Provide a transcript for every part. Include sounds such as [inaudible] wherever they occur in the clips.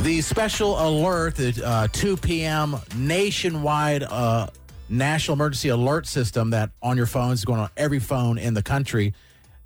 The special alert, the uh, 2 p.m. nationwide uh, national emergency alert system that on your phones is going on every phone in the country.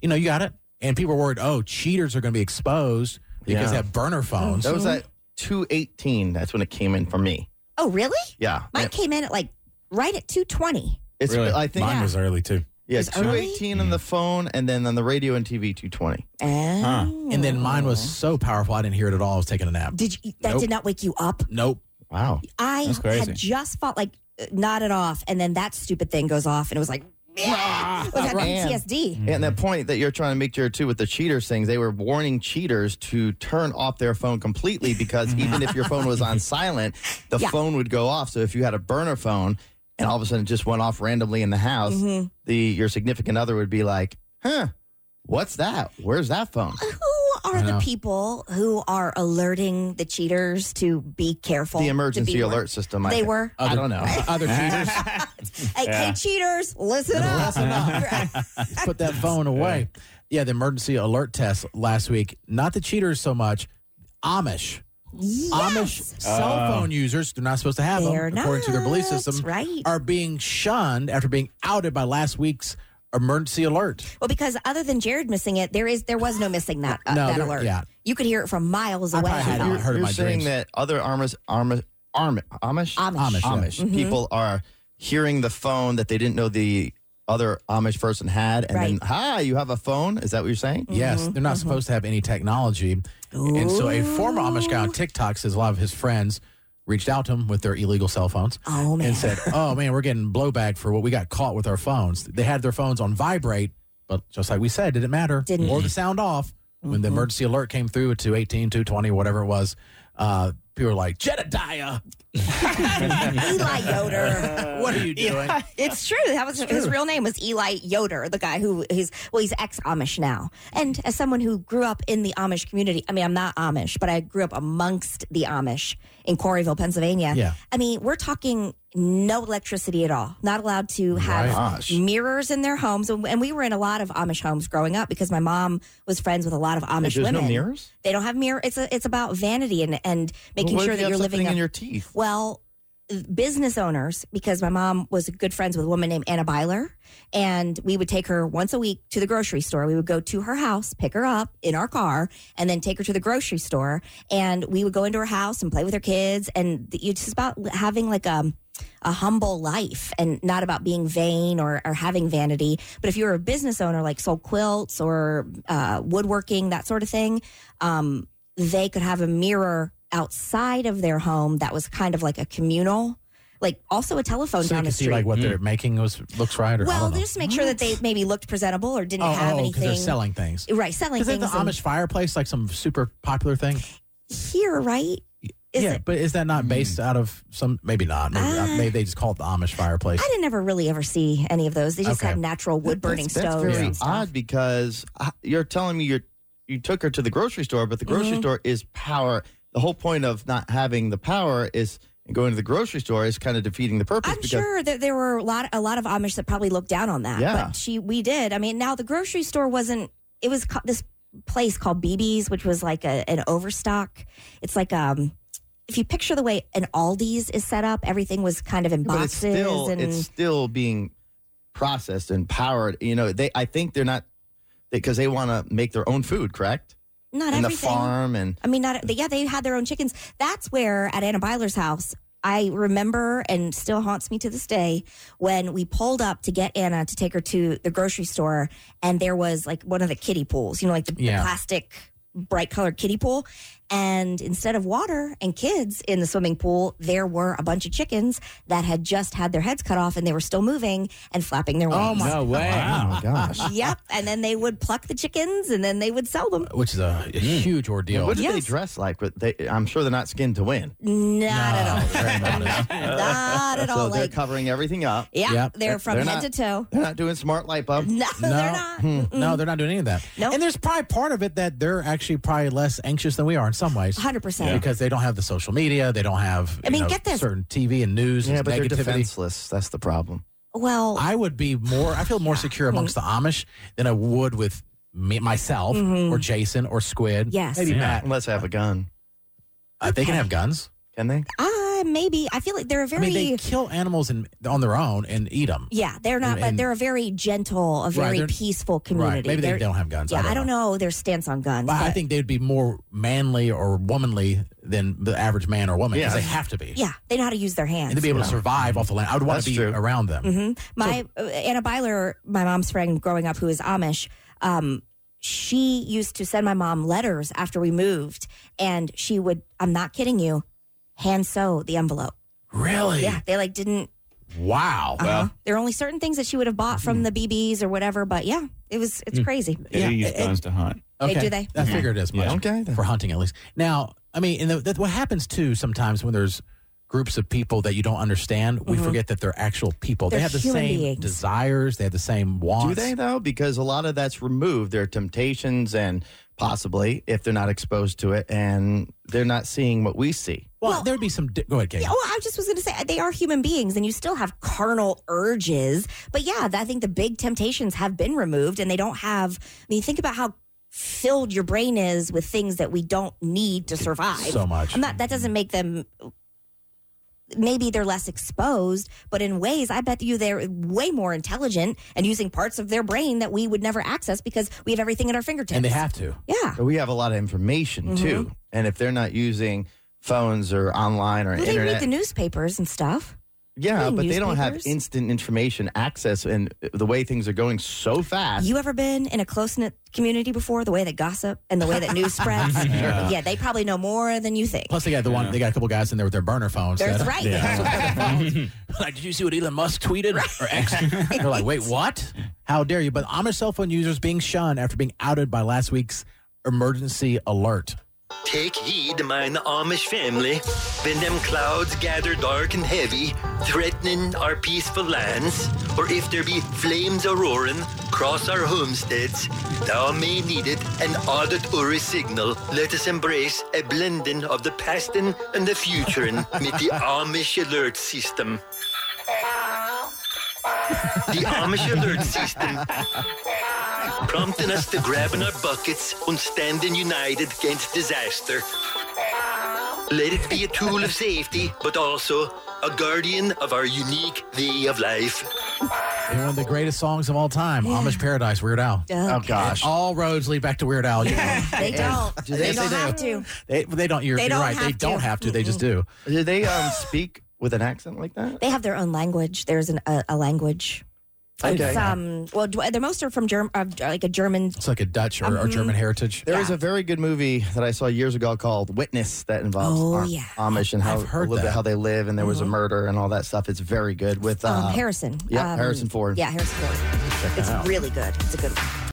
You know, you got it. And people are worried, oh, cheaters are going to be exposed because Yeah. Oh, they have burner phones. That was at 218. That's when it came in for me. Oh, really? Yeah. Mine And came in at like right at 220. It's, I think, mine was early too. yeah, was early? 218 on the phone and then on the radio and TV, 220. Oh. and then mine was so powerful, I didn't hear it at all. I was taking a nap. Did you, that Nope. did not wake you up? Nope. Wow. I That's crazy. had just fought like uh, nodded off, and then that stupid thing goes off, and it was like, Ah, yeah, it was like Man. PTSD. And that point that you're trying to make, Jared, too, with the cheaters things, they were warning cheaters to turn off their phone completely because even if your phone was on silent, the Yeah. phone would go off. So if you had a burner phone and all of a sudden it just went off randomly in the Mm. house, Mm-hmm. the your significant other would be like, huh, what's that? Where's that phone? Who are I the know. people who are alerting the cheaters to be careful? The to emergency be- alert system. I They [laughs] think. were. I don't know. Other cheaters, [laughs] Like, [laughs] hey, Yeah. cheaters, listen up. put that phone away. Yeah, the emergency alert test last week. Not the cheaters so much. Amish. [laughs] yes. Amish cell phone users, they're not supposed to have They're them, according to their belief not, system, right. are being shunned after being outed by last week's emergency alert. Well, because other than Jared missing it, there is there was no missing that uh, No, that there- alert. yeah. You could hear it from miles away. probably had it. you're, heard of you're my saying dreams. that other Amish, Amish, Arm- Amish, Amish. Mm-hmm. Amish, yeah. people are hearing the phone that they didn't know the other Amish person had, and then, Right. Mm-hmm. hi, you have a phone? Is that what you're saying? Yes, they're not supposed to have any technology. And so a former Amish guy on TikTok says a lot of his friends reached out to him with their illegal cell phones Oh man. and said, Oh man, we're getting blowback for what we got caught with our phones. They had their phones on vibrate, but just like we said, didn't matter. Didn't. Mm-hmm. Or the sound off. When the emergency alert came through at 218, 220, whatever it was, uh, people were like, Jedediah, [laughs] Eli Yoder. what are you doing? It's true. That was his real name was Eli Yoder, the guy who he's well, he's ex Amish now. And as someone who grew up in the Amish community, I mean, I'm not Amish, but I grew up amongst the Amish in Quarryville, Pennsylvania. Yeah. I mean, we're talking no electricity at all. Not allowed to have Gosh. mirrors in their homes, and, and we were in a lot of Amish homes growing up because my mom was friends with a lot of Amish There's no women. mirrors? They don't have mirror. It's a, it's about vanity and and making What if sure you that have you're living something a- in your teeth. well, business owners, because my mom was good friends with a woman named Anna Byler, and we would take her once a week to the grocery store. We would go to her house, pick her up in our car, and then take her to the grocery store. And we would go into her house and play with her kids. And th- it's just about having like a a humble life and not about being vain or, or having vanity. But if you're a business owner, like sold quilts or uh, woodworking, that sort of thing, um, they could have a mirror outside of their home that was kind of like a communal, like also Oh, a telephone so you down the can see street. like Mm. what they're making was, looks right or I well, don't know. just make sure that they maybe looked presentable or didn't oh, have oh, 'cause anything. they're selling things. Right, selling Is it things the and- Amish fireplace like some super popular thing? here, right? Is yeah, it? but is that Mm. not based out of some? Maybe not. Maybe, not. Ah. maybe they just call it the Amish fireplace. I didn't ever really ever see any of those. They just Okay. had natural wood burning that's, that's stoves. very and stuff. odd because uh, you're telling me you you took her to the grocery store, but the grocery Mm-hmm. store is power. The whole point of not having the power is going to the grocery store is kind of defeating the purpose. I'm because sure that there were a lot a lot of Amish that probably looked down on that. Yeah. But she we did. I mean, now the grocery store wasn't it was ca- this place called BB's which was like a, an overstock. It's like um if you picture the way an Aldi's is set up, everything was kind of in but it's boxes still and it's still being processed and powered. You know, they I think they're not because they want to make their own food, correct? not and the everything. farm and I mean, not yeah, they had their own chickens. That's where at Anna Byler's house, I remember and still haunts me to this day when we pulled up to get Anna to take her to the grocery store, and there was like one of the kiddie pools, you know, like the, the Yeah. plastic bright colored kiddie pool. And instead of water and kids in the swimming pool, there were a bunch of chickens that had just had their heads cut off and they were still moving and flapping their Oh, wings. No way. oh my gosh. Yep. And then they would pluck the chickens and then they would sell them. which is a, a huge ordeal. Hmm. What did they Yes. dress like? With- They, I'm sure they're not skin to win. Not at all. Very [laughs] modest. Not at So all. they're Like covering everything up. Yeah, Yep. they're from They're not- head to toe. [laughs] They're not doing smart light bulb. No, they're not. no, they're not doing any of that. Nope. And there's probably part of it that they're actually probably less anxious than we are in some ways. 100%. Because they don't have the social media, they don't have I you mean, know, get this. certain TV and news Yeah, and but they're negativity. defenseless. That's the problem. Well, I would be more I feel more secure amongst the Amish than I would with me, myself or Jason or Squid. Mm-hmm. Yes. Maybe Yeah. Matt. Unless I have a gun. Uh, They can have guns. Can they? Ah, maybe. I feel like they're a I very. mean, they kill animals in, on their own and eat them. yeah, they're not, And- but and- they're a very gentle, a very they're- peaceful community. Right. Maybe they They're- don't have guns. Yeah, I don't know their stance on guns. But I but- think they'd be more manly or womanly than the average man or woman because Yeah. they have to be. yeah, they know how to use their hands. And to be able to survive off the land, I would want That's to be true. around them. hmm My uh, Anna Byler, my mom's friend growing up, who is Amish, um, she used to send my mom letters after we moved, and she would. I'm not kidding you. Hand sew the envelope. Really? Mm-hmm. Yeah, they like didn't. Wow. uh There are only certain things that she would have bought from the BBs or whatever, but yeah, it was it's crazy. They Yeah, use it- guns to hunt. They do they? I figured it as much Yeah. Okay. then. for hunting at least. Now, I mean, and the, that, what happens too sometimes when there's groups of people that you don't understand, we Mhm. forget that they're actual people. They're they have the human same beings. desires. They have the same Do wants. they though? Because a lot of that's removed. Their temptations and possibly if they're not exposed to it and they're not seeing what we see. Well, Well- there'd be some. Di- Go ahead, Kate. Yeah, oh, I just was going to say they are human beings, and you still have carnal urges. But yeah, I think the big temptations have been removed, and they don't have. I mean, think about how filled your brain is with things that we don't need to survive. So much. I'm not. That doesn't make them. Maybe they're less exposed, but in ways, I bet you they're way more intelligent and using parts of their brain that we would never access because we have everything at our fingertips. and they have to. yeah. But we have a lot of information Mm-hmm. too. And if they're not using phones or online or Well, they internet, read the newspapers and stuff. yeah, read but they don't have newspapers. instant information access and the way things are going so fast. You ever been in a close knit community before? The way that gossip and the way that news [laughs] spreads? Yeah. they probably know more than you think. Oh, Plus, they got the one. Yeah. They got a couple guys in there with their burner phones. That's that- right. [laughs] like, did you see what Elon Musk tweeted or [laughs] X? They're like, wait, what? How dare you? But Amish cell phone users being shunned after being outed by last week's emergency alert. Take heed, mine Amish family. When them clouds gather dark and heavy, threatening our peaceful lands, or if there be flames a roaring, cross our homesteads, thou may need it an audit or a signal. Let us embrace a blending of the pastin and the futurin with the Amish alert system. The Amish alert system prompting us to grab in our buckets and standing united against disaster. Let it be a tool of safety, but also a guardian of our unique way of life. And one of the greatest songs of all time, Amish Paradise, Weird Al. oh Ugh, gosh. All roads lead back to Weird Al. You know. they don't. Do [laughs] they they don't say have to. they, they don't. You're, They you're don't right. They have to. don't have to. They just do. Do they [laughs] um, speak with an accent like that? They have their own language. There's an, a, a language. Okay. It's, um, well, dw- the most are from Germ, uh, like a German. It's like a Dutch or, or Mhm. German heritage. There Yeah. is a very good movie that I saw years ago called Witness that involves Oh, Ar- yeah. Amish and how I've heard a little that. bit how they live and there was a Mhm. murder and all that stuff. It's very good with uh, Um, Harrison. yeah, Um, Harrison Ford. Yeah, Harrison Ford. It's really good. It's a good one.